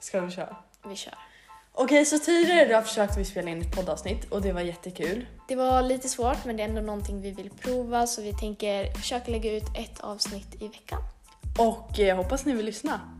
Ska vi köra? Vi kör. Okej, så tidigare idag försökte vi spela in ett poddavsnitt och det var jättekul. Det var lite svårt men det är ändå någonting vi vill prova så vi tänker försöka lägga ut ett avsnitt i veckan. Och eh, jag hoppas ni vill lyssna.